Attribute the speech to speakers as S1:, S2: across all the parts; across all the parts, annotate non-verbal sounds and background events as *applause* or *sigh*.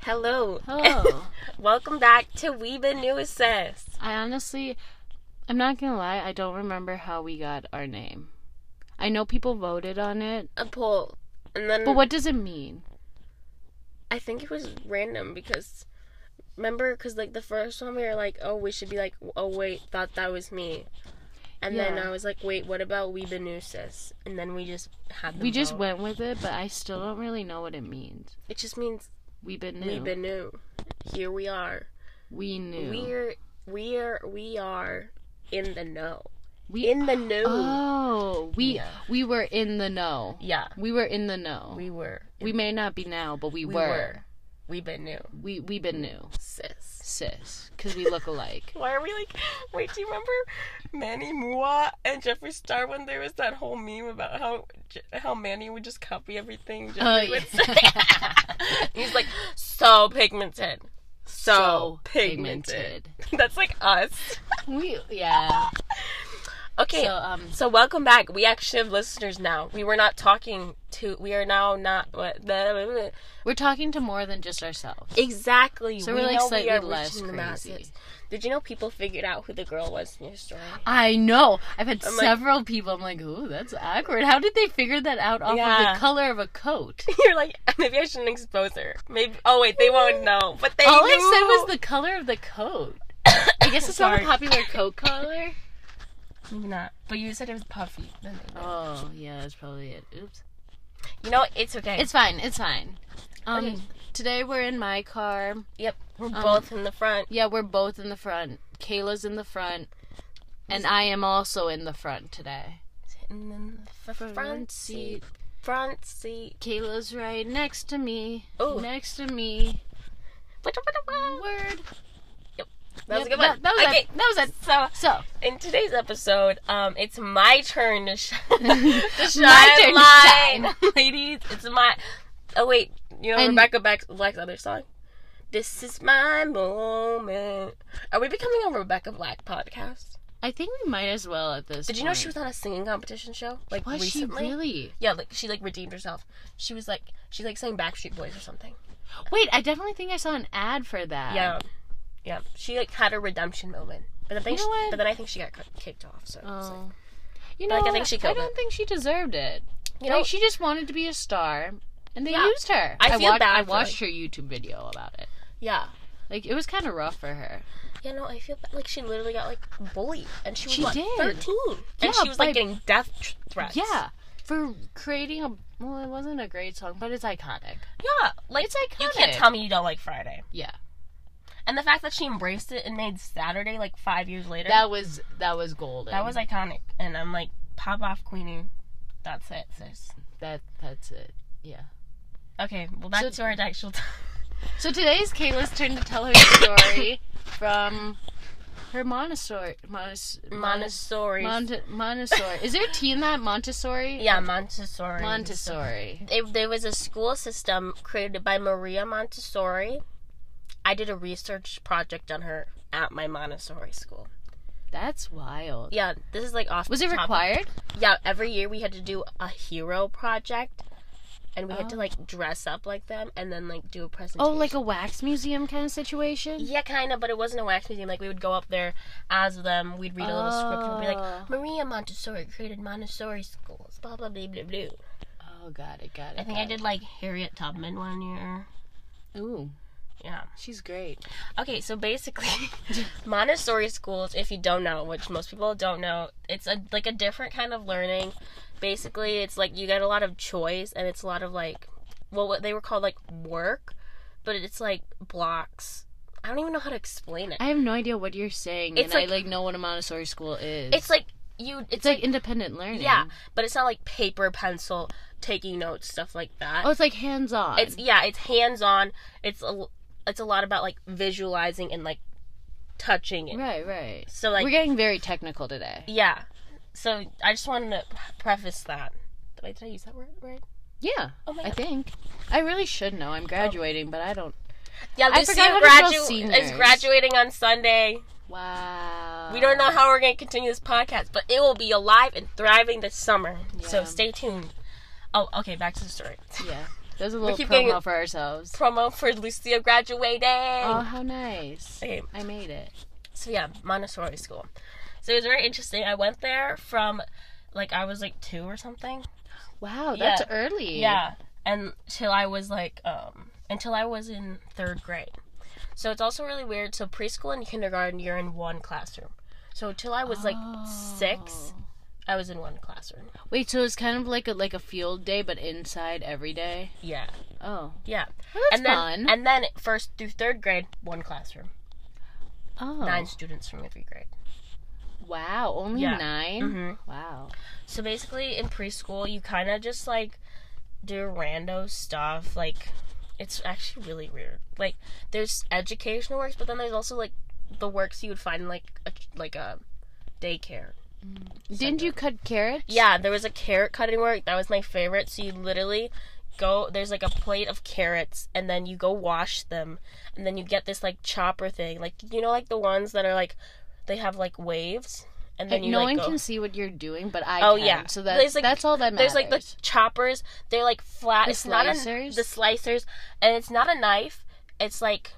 S1: Hello.
S2: Hello.
S1: Welcome back to We Been New Assess.
S2: I honestly, I'm not gonna lie, I don't remember how we got our name. I know people voted on it,
S1: A poll. And then
S2: but what does it mean?
S1: I think it was random because remember cuz like the first one we were like, "Oh, we should be like, oh wait, thought that was me." And then
S2: Yeah.
S1: I was like, "Wait, what about We Been New Assess?" And then we just had them
S2: We just
S1: vote.
S2: went with it, but I still don't really know what it means.
S1: It just means
S2: We been new.
S1: we been new. Here we are.
S2: We knew.
S1: We're we're we are in the know.
S2: we
S1: In the know.
S2: Oh, we we were in the know.
S1: yeah.
S2: We were in the know. We,
S1: We were.
S2: may not be now, but we,
S1: we
S2: were.
S1: were. We been new.
S2: We we been new,
S1: Sis.
S2: sis, because we look alike.
S1: Why are we like? Wait, do you remember Manny Mua and Jeffree Star when there was that whole meme about how Je- how Manny would just copy everything Jeffree
S2: Oh,
S1: would
S2: yeah.
S1: *laughs* say? He's like so pigmented, *laughs* so,
S2: So
S1: pigmented. *laughs* That's like us.
S2: We yeah.
S1: Okay,
S2: So
S1: so,
S2: um
S1: welcome back. We actually have listeners now. We were not talking to. We are now not. What, *laughs* blah, blah, blah.
S2: We're talking to more than just ourselves.
S1: Exactly.
S2: So we're, like,
S1: know
S2: slightly
S1: are
S2: less
S1: reaching the
S2: crazy.
S1: masses. Did you know people figured out who the girl was in your story?
S2: I know. I've had
S1: I'm like-
S2: several people. I'm like, ooh, that's awkward. How did they figure that out off of
S1: Yeah.
S2: the color of a
S1: *laughs*
S2: coat?
S1: You're like, maybe I shouldn't expose her. Maybe. Oh wait, they won't know. But they.
S2: All
S1: knew.
S2: I said was the color of the coat. I guess
S1: *laughs*
S2: it's not a popular coat color.
S1: Not. But you said it was puffy.
S2: *laughs* Oh yeah, that's probably it. Oops.
S1: You know, it's okay.
S2: It's fine. It's fine. Um,
S1: Okay.
S2: today we're in my car.
S1: yep. We're both in the front.
S2: Yeah, we're both in the front. Kayla's in the front, and I am also in the front today.
S1: And then the f- front seat. Front seat.
S2: Kayla's right next to me.
S1: Ooh.
S2: Next to me.
S1: Oh. That was
S2: Word.
S1: a
S2: Yep,
S1: good one.
S2: That, that was
S1: okay.
S2: it. That was it.
S1: So
S2: So,
S1: in today's episode, um, it's my turn to, sh- *laughs* to shine
S2: turn to
S1: light, *laughs* ladies. It's my. Oh wait, you know
S2: And-
S1: Rebecca Black's, Black's other song. This is my moment. Are we becoming a Rebecca Black podcast?
S2: I think we might as well at this.
S1: Did you know she
S2: point.
S1: was on a singing competition show? Like
S2: Was
S1: recently?
S2: she really?
S1: Yeah, like she like redeemed herself. She was like she like sang Backstreet Boys or something.
S2: Wait, I definitely think I saw an ad for that.
S1: Yeah, yeah. She like had a redemption moment, but then I think
S2: You
S1: she,
S2: know what?
S1: but then I think she got cut- kicked off. So it's like,
S2: Oh. You know,
S1: Like, I
S2: what?
S1: think she killed
S2: don't
S1: it.
S2: think she deserved it.
S1: you
S2: like
S1: know,
S2: she just wanted to be a star, and they
S1: Yeah.
S2: used her.
S1: I feel
S2: watched,
S1: bad
S2: I
S1: for,
S2: watched her YouTube video about it.
S1: yeah,
S2: Like it was kind of rough for her.
S1: you know. I feel bad. like she literally got like bullied, and she was
S2: She
S1: what,
S2: did.
S1: thirteen,
S2: Yeah,
S1: and she was like
S2: by-
S1: getting death tr- threats.
S2: Yeah, for creating a well, it wasn't a great song, but it's iconic.
S1: yeah. Like
S2: It's
S1: you can't
S2: iconic.
S1: tell me you don't like Friday,
S2: Yeah,
S1: and the fact that she embraced it and made Saturday like five years later.
S2: that was that was golden.
S1: That was iconic, and I'm like, pop off, Queenie. That's it, sis.
S2: that. That's it. Yeah.
S1: Okay, well, back
S2: So-
S1: to our actual time.
S2: So today's Kayla's turn to tell her *coughs* story from her Montessori. Montess,
S1: *laughs* Montessori.
S2: Mont- Montessori. Is there a T in that? Montessori?
S1: yeah, Montessori.
S2: Montessori.
S1: It, there was a school system created by Maria Montessori. I did a research project on her at my Montessori school.
S2: That's wild.
S1: Yeah, this is like off.
S2: Was
S1: the
S2: it
S1: top.
S2: required?
S1: Yeah, every year we had to do a hero project, and we had to
S2: Oh.
S1: like dress up like them and then like do a presentation.
S2: Oh, like a wax museum kind of situation?
S1: Yeah, kind of, but it wasn't a wax museum. Like, we would go up there as them. We'd read a little script and we'd be
S2: Oh.
S1: like, Maria Montessori created Montessori schools, blah, blah, blah, blah, blah.
S2: Oh, got it, got it.
S1: I think
S2: got
S1: I did, like, Harriet Tubman one year.
S2: it. Ooh,
S1: Yeah.
S2: she's great.
S1: Okay, so basically, *laughs* Montessori schools, if you don't know, which most people don't know, it's a like a different kind of learning. Basically, it's like you get a lot of choice and it's a lot of like, well, what they were called like work, but it's like blocks. I don't even know how to explain it.
S2: I have no idea what you're saying,
S1: It's
S2: and
S1: like-
S2: I like know what a Montessori school is.
S1: It's like you. It's,
S2: it's like independent learning.
S1: Yeah, but it's not like paper, pencil, taking notes, stuff like that.
S2: Oh, it's like hands on.
S1: it's yeah, it's hands on. It's a it's a lot about like visualizing and like touching it.
S2: right, right.
S1: So like
S2: We're getting very technical today.
S1: yeah. So I just wanted to preface that. Wait, did I use that word right?
S2: Yeah,
S1: Oh my
S2: I
S1: god.
S2: think. I really should know. I'm graduating, but I don't.
S1: Yeah,
S2: I
S1: Lucy
S2: forgot how to spell
S1: gradu- is
S2: seniors.
S1: graduating on Sunday.
S2: Wow.
S1: We don't know how we're going to continue this podcast, but it will be alive and thriving this summer. So
S2: Yeah.
S1: stay tuned. Oh, okay, back to the story.
S2: *laughs* Yeah. There's a little
S1: keep
S2: promo
S1: getting-
S2: for ourselves.
S1: Promo for Lucia graduating.
S2: Oh, how nice.
S1: Okay,
S2: I made it.
S1: so yeah, Montessori school. So it was very interesting. I went there from like I was like two or something.
S2: Wow,
S1: Yeah.
S2: that's early.
S1: Yeah. And till I was like um until I was in third grade. So it's also really weird. So preschool and kindergarten you're in one classroom. So till I was like six,
S2: Oh.
S1: I was in one classroom.
S2: Wait, so it's kind of like a like a field day, but inside every day.
S1: Yeah.
S2: Oh,
S1: Yeah.
S2: well, that's
S1: and then
S2: fun.
S1: and then first through third grade, one classroom.
S2: oh,
S1: Nine students from every grade.
S2: wow, only
S1: Yeah.
S2: 9
S1: Mm-hmm.
S2: Wow.
S1: So basically, in preschool, you kind of just like do rando stuff. Like, it's actually really weird. Like, there's educational works, but then there's also like the works you would find in, like a, like a daycare.
S2: Didn't you cut carrots?
S1: Yeah, there was a carrot cutting work that was my favorite. So you literally go there's like a plate of carrots and then you go wash them and then you get this like chopper thing like you know like the ones that are like they have like waves and then
S2: And
S1: you
S2: no
S1: like
S2: one
S1: go-
S2: can see what you're doing, but I.
S1: Oh,
S2: can.
S1: yeah.
S2: So
S1: There's,
S2: that's
S1: like-
S2: that's all that matters.
S1: There's like the choppers. They're like flat.
S2: The
S1: it's not a,
S2: slicers?
S1: the slicers, and it's not a knife. It's like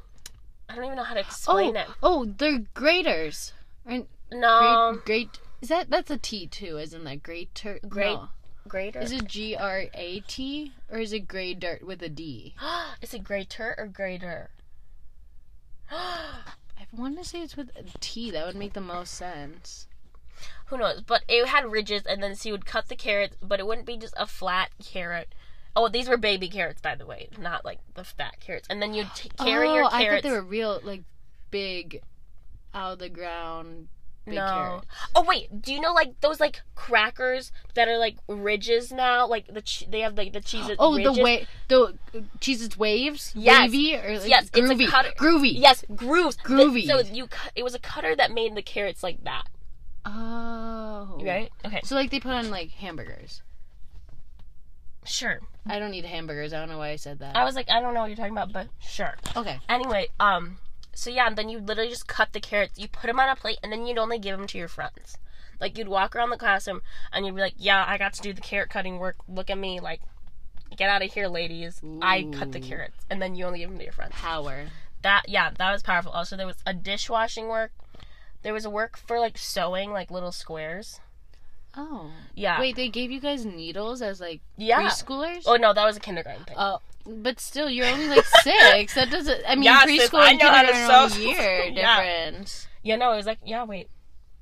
S1: I don't even know how to
S2: oh
S1: explain it.
S2: oh they're graters. And
S1: No, Um,
S2: great, great is that that's a T too, isn't that grater?
S1: Great-
S2: No.
S1: grater.
S2: Is it G R A T or is it gray dirt with a
S1: *gasps*
S2: D?
S1: Is it grater or grater?
S2: I want to say it's with a T. That would make the most sense.
S1: Who knows? But it had ridges, and then she would cut the carrots, but it wouldn't be just a flat carrot. Oh, these were baby carrots, by the way, not like the fat carrots. And then you'd t- carry
S2: oh,
S1: your
S2: I thought
S1: carrots.
S2: they were real, like big, out of the ground. Big
S1: no.
S2: carrots.
S1: Oh wait, do you know like those like crackers that are like ridges now? Like the che- they have like the cheese.
S2: Oh,
S1: ridges.
S2: the way the Jesus waves.
S1: Yes.
S2: wavy or like
S1: Yes, it's a
S2: groovy,
S1: cutter-
S2: groovy.
S1: Yes, grooves. Th-
S2: Groovy.
S1: So you, cu- it was a cutter that made the carrots like that,
S2: Oh,
S1: right? Okay,
S2: So like they put on like hamburgers.
S1: sure.
S2: I don't eat hamburgers. I don't know why I said that.
S1: I was like, I don't know what you're talking about, but sure.
S2: okay.
S1: Anyway, um, so yeah, and then you literally just cut the carrots, you put them on a plate, and then you'd only give them to your friends. Like you'd walk around the classroom and you'd be like, "Yeah, I got to do the carrot cutting work. Look at me, like." Get out of here, ladies. I cut the
S2: Ooh.
S1: carrots. And then you only give them to your friends.
S2: Power.
S1: That, yeah, that was powerful. Also, there was a dishwashing work. There was a work for, like, sewing, like, little squares.
S2: Oh.
S1: Yeah.
S2: Wait, they gave you guys needles as like
S1: Yeah.
S2: preschoolers.
S1: Oh no, that was a kindergarten thing.
S2: Uh, but still, you're
S1: *laughs*
S2: only like six. That doesn't. I mean,
S1: Yeah, sis,
S2: preschool
S1: I
S2: and
S1: know how to
S2: kindergarten are
S1: sew.
S2: only a year
S1: *laughs* Yeah.
S2: difference.
S1: yeah, no, it was like yeah, wait,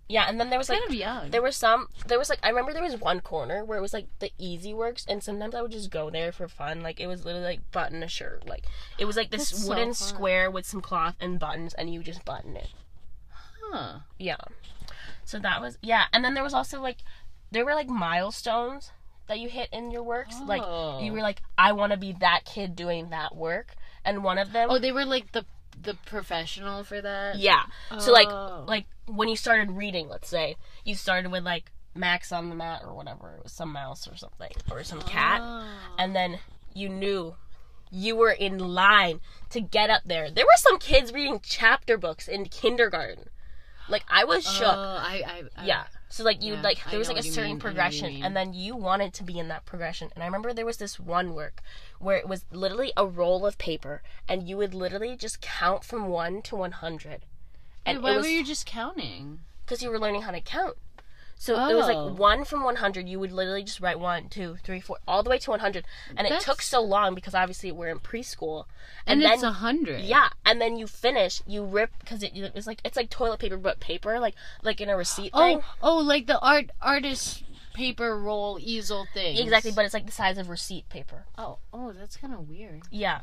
S1: yeah, and then there was like
S2: Kind of young.
S1: there were some there was like I remember there was one corner where it was like the easy works, and sometimes I would just go there for fun. Like it was literally like button a shirt, like it was like this
S2: That's so
S1: wooden
S2: fun.
S1: square with some cloth and buttons, and you just button it.
S2: Huh.
S1: Yeah, so that was yeah, and then there was also like there were like milestones that you hit in your works. Like you
S2: Oh.
S1: were like I want to be that kid doing that work, and one of them
S2: Oh, they were like the the professional for that.
S1: Yeah. So like
S2: Oh.
S1: like when you started reading, let's say, you started with like Max on the mat or whatever. It was some mouse or something or some cat.
S2: Oh.
S1: And then you knew you were in line to get up there. There were some kids reading chapter books in kindergarten. Like I was
S2: Oh,
S1: shook.
S2: I, I, I.
S1: Yeah. So like you
S2: Yeah,
S1: like
S2: I
S1: there was
S2: know
S1: like a
S2: what you
S1: certain
S2: mean, I know what you
S1: progression
S2: mean.
S1: and then you wanted to be in that progression. And I remember there was this one work where it was literally a roll of paper and you would literally just count from 1 to 100.
S2: Wait,
S1: And
S2: why
S1: it was
S2: were you just counting?
S1: because you were learning how to count. So it was
S2: Oh.
S1: like one from 100. You would literally just write one, two, three, four, all the way to 100. And it
S2: That's-
S1: took so long because obviously we're in preschool.
S2: And,
S1: And,
S2: it's a
S1: then,
S2: hundred.
S1: yeah, and then you finish, you rip, because it, it was like, it's like toilet paper, but paper, like like in a receipt
S2: Oh,
S1: thing.
S2: oh, like the art artist paper roll easel thing.
S1: Exactly, but it's like the size of receipt paper.
S2: oh, oh, that's kind of weird.
S1: Yeah.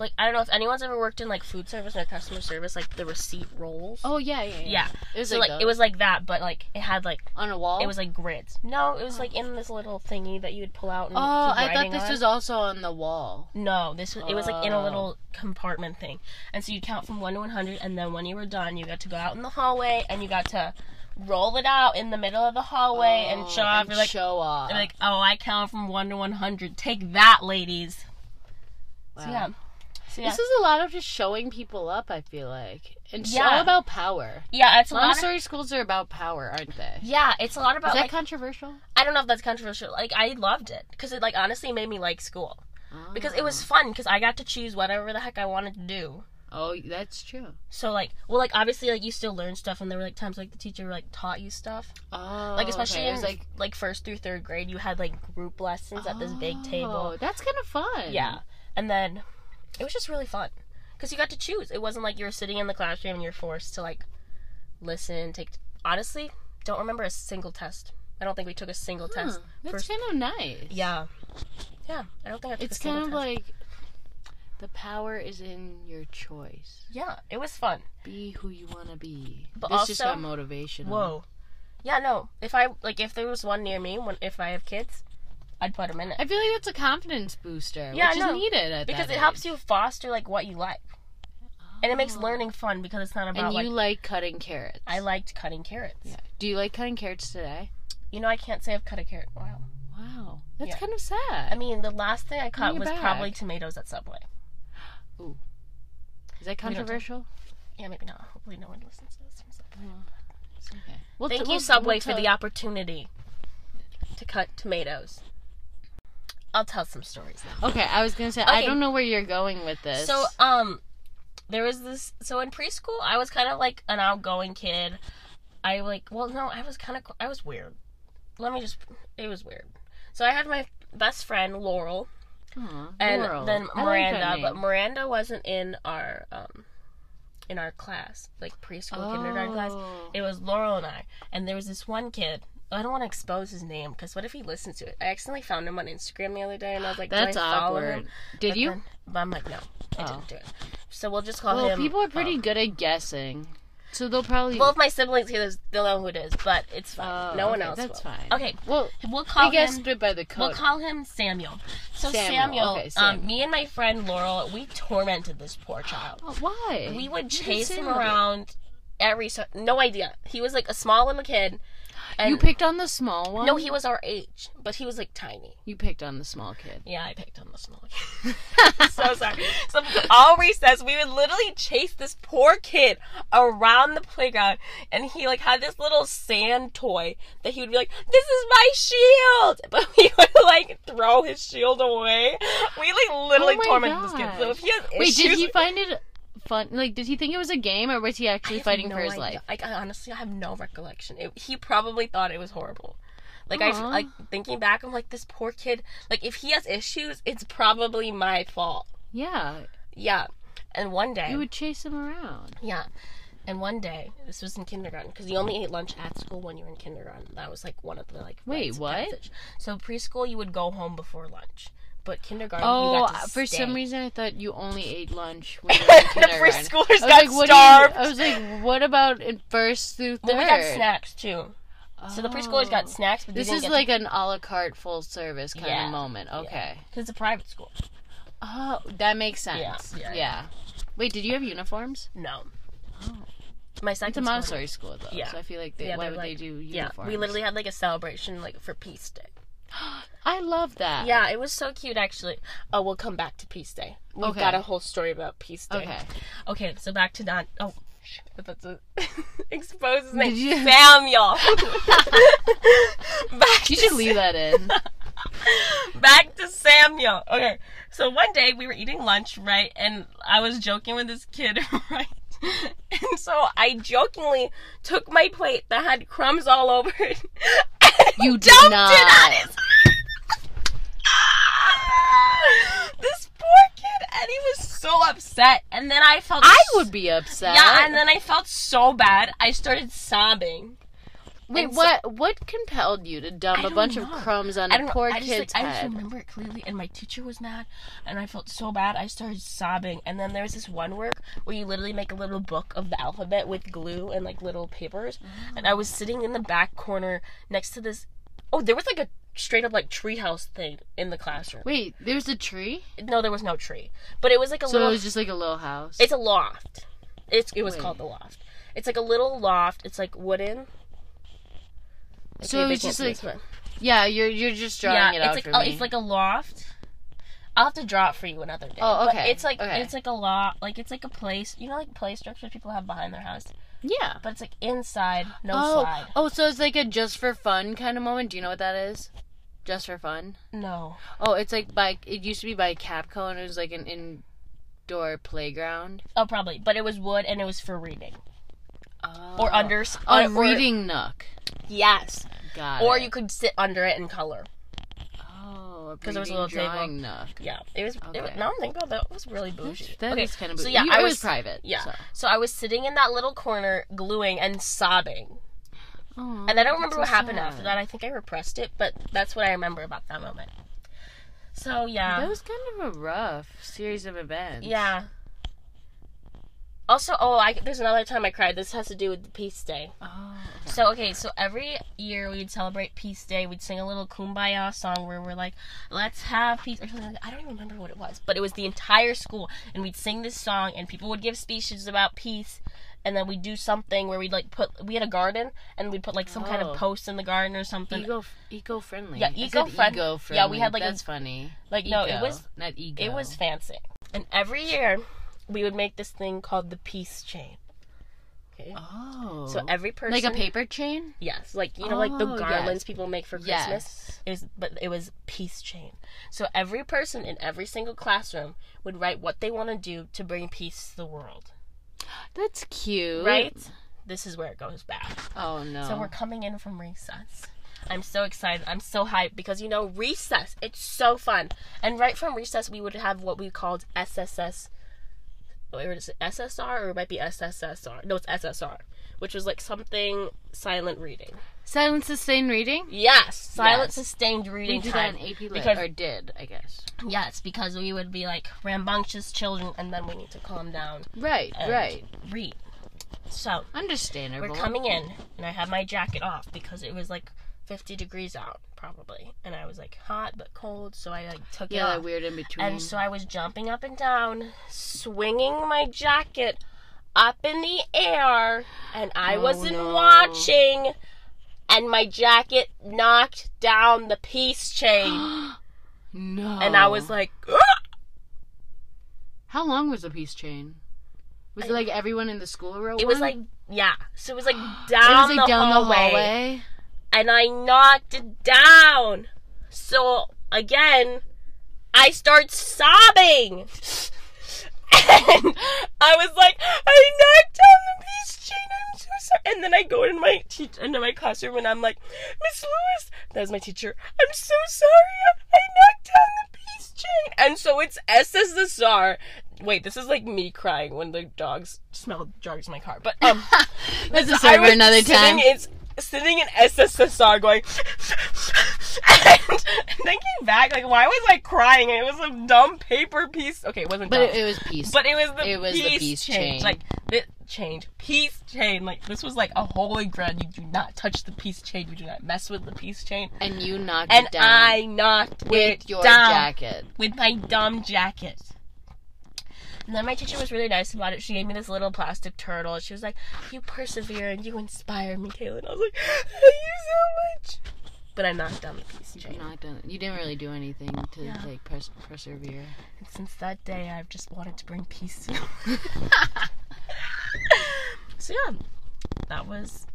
S1: Like, I don't know if anyone's ever worked in like food service or customer service, like the receipt rolls.
S2: Oh yeah, yeah.
S1: Yeah.
S2: It was
S1: So
S2: like,
S1: like,
S2: a-
S1: it was like that, but like it had like
S2: on a wall.
S1: it was like grids. No, it was like in this little thingy that you would pull out. And
S2: Oh,
S1: keep
S2: I thought
S1: writing
S2: this
S1: on.
S2: was also on the wall.
S1: No, this was it was like in a
S2: Oh.
S1: little compartment thing, and so you count from one to one hundred, and then when you were done, you got to go out in the hallway and you got to roll it out in the middle of the hallway and show
S2: Oh,
S1: off.
S2: and
S1: You're like,
S2: show off.
S1: you're like, oh, I count from one to one hundred. Take that, ladies.
S2: Wow.
S1: So yeah, So, yeah.
S2: This is a lot of just showing people up, I feel like. And it's
S1: Yeah.
S2: all about power.
S1: yeah, it's a lot. Of,
S2: Montessori schools are about power, aren't they?
S1: yeah, it's a lot about
S2: Is that
S1: like
S2: controversial?
S1: I don't know if that's controversial. Like I loved it because it like honestly made me like school because it
S2: Mm.
S1: was fun because I got to choose whatever the heck I wanted to do.
S2: Oh, that's true.
S1: So like, well, like obviously like you still learn stuff, and there were like times like the teacher like taught you stuff.
S2: Oh,
S1: Like especially
S2: okay. It
S1: in
S2: was
S1: like like first through third grade, you had like group lessons at this big table.
S2: Oh, that's kind of fun.
S1: Yeah, and then it was just really fun because you got to choose. It wasn't like you were sitting in the classroom and you're forced to like listen. Take honestly, don't remember a single test. I don't think we took a single
S2: Huh,
S1: test.
S2: that's
S1: First-
S2: kind of nice.
S1: Yeah, yeah. I don't think I took
S2: It's
S1: a single
S2: kind of
S1: test.
S2: like the power is in your choice.
S1: yeah. It was fun.
S2: Be who you want to be.
S1: But
S2: this just
S1: also-
S2: got motivational.
S1: Whoa. Yeah, no. If I like, if there was one near me, when if I have kids, I'd put them in it
S2: I feel like that's a confidence booster,
S1: Yeah, I
S2: which
S1: know.
S2: is needed at
S1: because
S2: that
S1: it helps
S2: age.
S1: you foster like what you like, and it makes
S2: Oh.
S1: learning fun because it's not about
S2: And you
S1: like
S2: like, cutting carrots.
S1: I liked cutting carrots.
S2: Yeah. Do you like cutting carrots today?
S1: You know, I can't say I've cut a carrot in a while.
S2: Wow, that's
S1: Yeah.
S2: kind of sad.
S1: I mean, the last thing I caught
S2: your
S1: was
S2: bag.
S1: probably tomatoes at Subway.
S2: is that
S1: we don't-
S2: controversial?
S1: Yeah, maybe not. Hopefully, no one listens to this. From Subway.
S2: It's okay. We'll
S1: Thank
S2: t-
S1: you,
S2: we'll-
S1: Subway,
S2: we'll
S1: for
S2: tell-
S1: the opportunity to cut tomatoes. I'll tell some stories. now.
S2: Okay, I was gonna say I
S1: Okay.
S2: don't know where you're going with this.
S1: So, um, there was this. So in preschool, I was kind of like an outgoing kid. I like, well, no, I was kind of, I was weird. Let me just, it was weird. So I had my best friend Laurel
S2: Aw,
S1: and
S2: Laurel.
S1: then
S2: I like
S1: Miranda,
S2: that name.
S1: but Miranda wasn't in our, um, in our class, like preschool kindergarten class.
S2: Oh.
S1: It was Laurel and I, and there was this one kid. I don't want to expose his name because what if he listens to it? I accidentally found him on Instagram the other day, and I was like,
S2: That's
S1: "Do I follow him?"
S2: awkward. Did
S1: But
S2: you?
S1: then- but I'm like, no, I
S2: Oh.
S1: didn't do it. So we'll just call
S2: Well,
S1: him.
S2: people are pretty good at guessing, so they'll probably.
S1: um, oh. Well, if my siblings hear this, they'll know who it is, but it's fine.
S2: Oh,
S1: no one
S2: okay,
S1: else.
S2: that's
S1: will.
S2: fine.
S1: Okay,
S2: well,
S1: we'll call
S2: we
S1: him.
S2: guessed it by the
S1: We'll
S2: code.
S1: call him Samuel. So
S2: Samuel,
S1: Samuel,
S2: okay,
S1: Um,
S2: Samuel.
S1: me and my friend Laurel, we tormented this poor child.
S2: Oh, why?
S1: We
S2: You
S1: would
S2: didn't
S1: chase
S2: say
S1: him
S2: that.
S1: around every so- no idea. He was like a small little kid. And
S2: You picked on the small one.
S1: no, he was our age, but he was like tiny.
S2: You picked on the small kid.
S1: Yeah, I picked on the small kid. *laughs* so sorry. So all recess, we would literally chase this poor kid around the playground, and he like had this little sand toy that he would be like, "This is my shield," *laughs* but we would like throw his shield away. We like literally
S2: Oh my
S1: tormented this kid. So
S2: gosh.
S1: if he has
S2: Wait,
S1: issues,
S2: did he find it fun? Like, did he think it was a game, or was he
S1: I
S2: actually
S1: have
S2: fighting
S1: no
S2: for his
S1: idea.
S2: life?
S1: Like I honestly, I have no recollection. It, he probably thought it was horrible. Like I
S2: Aw.
S1: like thinking back, I'm like this poor kid. Like if he has issues, it's probably my fault.
S2: Yeah,
S1: Yeah. And one day,
S2: you would chase him around.
S1: yeah. And one day, this was in kindergarten because you only ate lunch at school when you were in kindergarten. That was like one of the like.
S2: Wait,
S1: rites of
S2: what?
S1: passage. So preschool, you would go home before lunch, but kindergarten, you
S2: Oh,
S1: got to
S2: for
S1: stay.
S2: some reason I thought
S1: *laughs*
S2: you only ate lunch when you were in
S1: the
S2: kindergarten.
S1: preschoolers
S2: I was
S1: got
S2: like, what do you-
S1: starved.
S2: I was like, what about in first through third?
S1: Well, we got snacks too. So the preschoolers
S2: Oh.
S1: got snacks, but they
S2: This
S1: didn't
S2: is
S1: get
S2: like an a la carte full service kind
S1: Yeah.
S2: of moment. Okay.
S1: because it's a private school.
S2: Oh, that makes sense.
S1: Yeah,
S2: Yeah.
S1: yeah,
S2: Wait, did you have uniforms?
S1: No,
S2: Oh.
S1: my
S2: It's a
S1: second school-
S2: Montessori school though,
S1: Yeah.
S2: so I feel like they,
S1: Yeah,
S2: why
S1: they're
S2: would they
S1: like-
S2: do
S1: Yeah,
S2: uniforms?
S1: we literally had like a celebration like for Peace Day.
S2: I love that.
S1: Yeah, it was so cute actually. Oh, we'll come back to Peace Day. We've
S2: Okay.
S1: got a whole story about Peace Day.
S2: Okay.
S1: Okay, so back to Don. Oh, shit, that's *laughs* a exposes name.
S2: Did you- *laughs*
S1: Samuel. *laughs* back
S2: You
S1: to
S2: should leave that *laughs* in.
S1: back to Samuel. Okay, so one day we were eating lunch, right, and I was joking with this kid, *laughs* right. And so I jokingly took my plate that had crumbs all over it. and
S2: You did
S1: dumped
S2: not.
S1: It on his *laughs* this poor kid, and he was so upset. And then I felt
S2: I would be upset.
S1: yeah, and then I felt so bad. I started sobbing.
S2: Wait,
S1: and so-
S2: what? what compelled you to dump
S1: I
S2: a
S1: don't
S2: bunch
S1: know.
S2: of crumbs on
S1: I don't
S2: a
S1: know.
S2: poor
S1: I just,
S2: kid's
S1: like, I just
S2: head?
S1: remember it clearly, and my teacher was mad, and I felt so bad. I started sobbing, and then there was this one work where you literally make a little book of the alphabet with glue and like little papers,
S2: Mm.
S1: and I was sitting in the back corner next to this. Oh, there was like a straight up like treehouse thing in the classroom.
S2: Wait, there's a tree.
S1: No, there was no tree, but it was like a
S2: So
S1: little.
S2: it was just like a little house.
S1: It's a loft. It's it was
S2: Wait.
S1: called the loft. It's like a little loft. It's like wooden.
S2: So
S1: Okay,
S2: it
S1: they
S2: was
S1: can't
S2: just
S1: see
S2: like-
S1: this one.
S2: yeah, you're you're just drawing it
S1: it's
S2: out
S1: like
S2: for
S1: oh,
S2: me.
S1: it's like a loft. I'll have to draw it for you another day.
S2: Oh,
S1: But
S2: okay,
S1: it's like
S2: okay.
S1: it's like a lot. Like it's like a place. You know, like play structures people have behind their house,
S2: Yeah.
S1: but it's like inside, no
S2: oh,
S1: slide.
S2: oh, so it's like a just for fun kind of moment. Do you know what that is? Just for fun.
S1: No.
S2: Oh, it's like by it used to be by Capco and it was like an indoor playground.
S1: Oh, probably. But it was wood and it was for reading
S2: Oh.
S1: or under.
S2: a
S1: or- or-
S2: reading nook.
S1: Yes.
S2: Got
S1: Or
S2: it.
S1: you could sit under it and color.
S2: Oh, because
S1: there was a little table.
S2: drawing nook.
S1: Yeah, it was. It, was-
S2: Okay.
S1: now I'm thinking about that. It was really bougie.
S2: That
S1: okay,
S2: kind of
S1: so yeah,
S2: you,
S1: I
S2: it
S1: was,
S2: was private.
S1: Yeah.
S2: so.
S1: So. I was sitting in that little corner gluing and sobbing.
S2: Aw,
S1: And I don't remember what
S2: that's so
S1: happened
S2: sad.
S1: after that. I think I repressed it, but that's what I remember about that moment. So yeah.
S2: That was kind of a rough series of events.
S1: um, Yeah. Also, oh, I, there's another time I cried. This has to do with the Peace Day.
S2: Oh. okay.
S1: So, okay, so every year we would celebrate Peace Day. We'd sing a little kumbaya song where we're like, let's have peace, or something like that. I don't even remember what it was, but it was the entire school. And we'd sing this song, and people would give speeches about peace. And then we'd do something where we'd like put, we had a garden, and we'd put like some kind
S2: Oh.
S1: of post in the garden or something.
S2: Eco eco friendly.
S1: Yeah, eco-friend-
S2: Eco
S1: yeah, we had, like, a-
S2: that's funny.
S1: like, no, it
S2: Eco,
S1: was
S2: not ego.
S1: It was fancy. And every year, we would make this thing called the peace chain. Okay.
S2: oh,
S1: So every person,
S2: like a paper chain.
S1: yes, like you know, like the
S2: Oh, yes.
S1: garlands people make for
S2: Yes.
S1: Christmas. It was, but it was peace chain. So every person in every single classroom would write what they want to do to bring peace to the world.
S2: That's cute,
S1: Right. This is where it goes back.
S2: Oh no.
S1: So we're coming in from recess. I'm so excited. I'm so hyped because you know recess. It's so fun. And right from recess, we would have what we called SSS. Wait, what is it? SSR or it might be SSSR. No, it's SSR, which was like something silent reading.
S2: silent sustained reading.
S1: Yes, silent
S2: Yes.
S1: sustained
S2: We
S1: reading
S2: do that
S1: time.
S2: in AP Lit,
S1: because-
S2: or did I guess?
S1: Yes, because we would be like rambunctious children, and then we need to calm down
S2: Right,
S1: and
S2: right.
S1: read. So
S2: Understandable.
S1: We're coming in, and I had my jacket off because it was like 50 degrees out, probably. And I was like hot but cold, so I like took
S2: Yeah,
S1: it
S2: that
S1: off.
S2: weird in between.
S1: and so I was jumping up and down, swinging my jacket up in the air, and I
S2: Oh,
S1: wasn't
S2: no.
S1: watching, and my jacket knocked down the peace
S2: *gasps*
S1: chain.
S2: no.
S1: and I
S2: Oh.
S1: was like, *gasps*
S2: how long was the peace chain? Was it like everyone in the school wrote
S1: it was
S2: one?
S1: like, yeah. So it was like
S2: It was,
S1: down,
S2: like, down
S1: The hallway. *laughs* and I knocked it down. So again, I start sobbing. And I was like, I knocked down the peace chain. I'm so sorry. And then I go into my teach into my classroom and I'm like, Miss Lewis, that was my teacher. I'm so sorry. I knocked down the peace chain. And so it's SSSR. Wait, this is like me crying when the dogs smelled drugs in my car. But um,
S2: That's a
S1: I
S2: story for
S1: was
S2: another time.
S1: Sitting, it's sitting in SSSR going. and thinking back, like why was I crying? It was a dumb paper piece. Okay, it wasn't.
S2: But
S1: dumb.
S2: it, it was peace.
S1: But it was the
S2: It was the
S1: peace,
S2: peace
S1: change.
S2: chain.
S1: Like the change. Peace chain. Like this was like a holy grail. You do not touch the peace chain. You do not mess with the peace chain.
S2: and you knocked
S1: And
S2: it down
S1: I knocked
S2: with
S1: it
S2: your
S1: down
S2: jacket.
S1: with my dumb jacket. And then my teacher was really nice about it. She gave me this little plastic turtle. She was like, You persevere and you inspire me, Taylor. And I was like, Thank you so much. But I knocked down the piece
S2: You
S1: chain.
S2: knocked on- You didn't really do anything to
S1: Yeah.
S2: like pers- *laughs* persevere.
S1: And since that day, I've just wanted to bring peace to the
S2: *laughs*
S1: *laughs* So, yeah, that was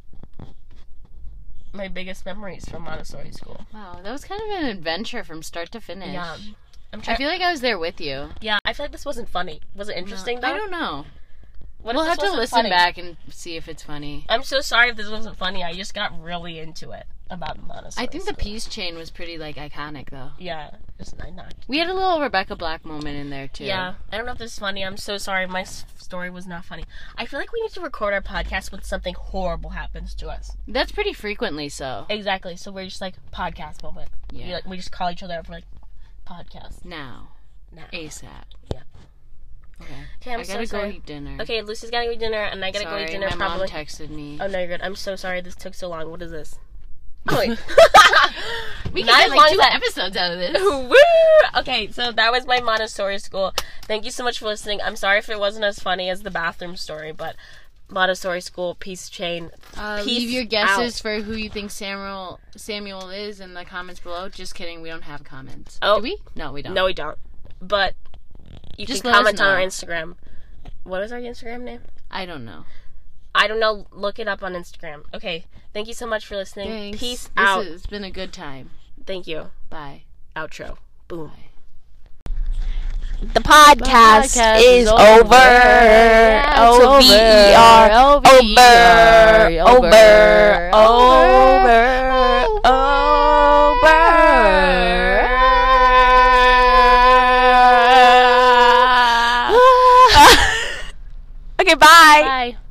S1: my biggest memories from Montessori school.
S2: Wow, that was kind of an adventure from start to finish.
S1: Yeah. I'm
S2: I
S1: trying.
S2: feel like I was there with you.
S1: yeah, I feel like this wasn't funny. Was it interesting though?
S2: I don't know.
S1: What if
S2: we'll
S1: this
S2: have to
S1: wasn't
S2: listen
S1: funny?
S2: back and see if it's funny.
S1: I'm so sorry if this wasn't funny. I just got really into it about Montessori.
S2: I think the
S1: school.
S2: peace chain was pretty like iconic though.
S1: Yeah, just I knocked.
S2: We had a little Rebecca Black moment in there too.
S1: Yeah, I don't know if this is funny. I'm so sorry. My s- story was not funny. I feel like we need to record our podcast when something horrible happens to us.
S2: That's pretty frequently so.
S1: Exactly. So we're just like podcast moment.
S2: Yeah.
S1: We, like, we just call each other up. We're like podcast
S2: Now.
S1: now.
S2: ASAP.
S1: Yeah.
S2: Okay.
S1: Okay,
S2: i
S1: I'm
S2: gotta
S1: so
S2: go
S1: sorry.
S2: eat dinner.
S1: Okay, Lucy's gotta go eat dinner, and I gotta
S2: Sorry,
S1: go eat dinner
S2: my
S1: probably.
S2: mom texted me.
S1: oh no, you're good. I'm so sorry. This took so long. What is
S2: *laughs*
S1: this? Oh, wait.
S2: we
S1: not as long as that-
S2: episodes out of this.
S1: *laughs* Woo! Okay, so that was my Montessori school. Thank you so much for listening. I'm sorry if it wasn't as funny as the bathroom story, but Montessori school, peace chain.
S2: Uh,
S1: Peace
S2: leave your guesses for who you think Samuel Samuel is in the comments below. Just kidding, we don't have comments.
S1: Oh.
S2: Do we? No, we don't.
S1: No, we don't. but you
S2: Just
S1: can
S2: let us
S1: comment on our
S2: know.
S1: Instagram. What is our Instagram name?
S2: I don't know.
S1: I don't know. Look it up on Instagram. Okay. Thank you so much for listening.
S2: Thanks.
S1: Peace
S2: This
S1: out.
S2: is- it's been a good time.
S1: Thank you.
S2: Bye.
S1: Outro. Boom.
S2: Bye.
S1: The podcast,
S2: podcast
S1: is,
S2: is
S1: over.
S2: over. Yeah, it's
S1: O V E R.
S2: over.
S1: E Over. Over.
S2: Over. Over.
S1: Over. okay, bye.
S2: Bye.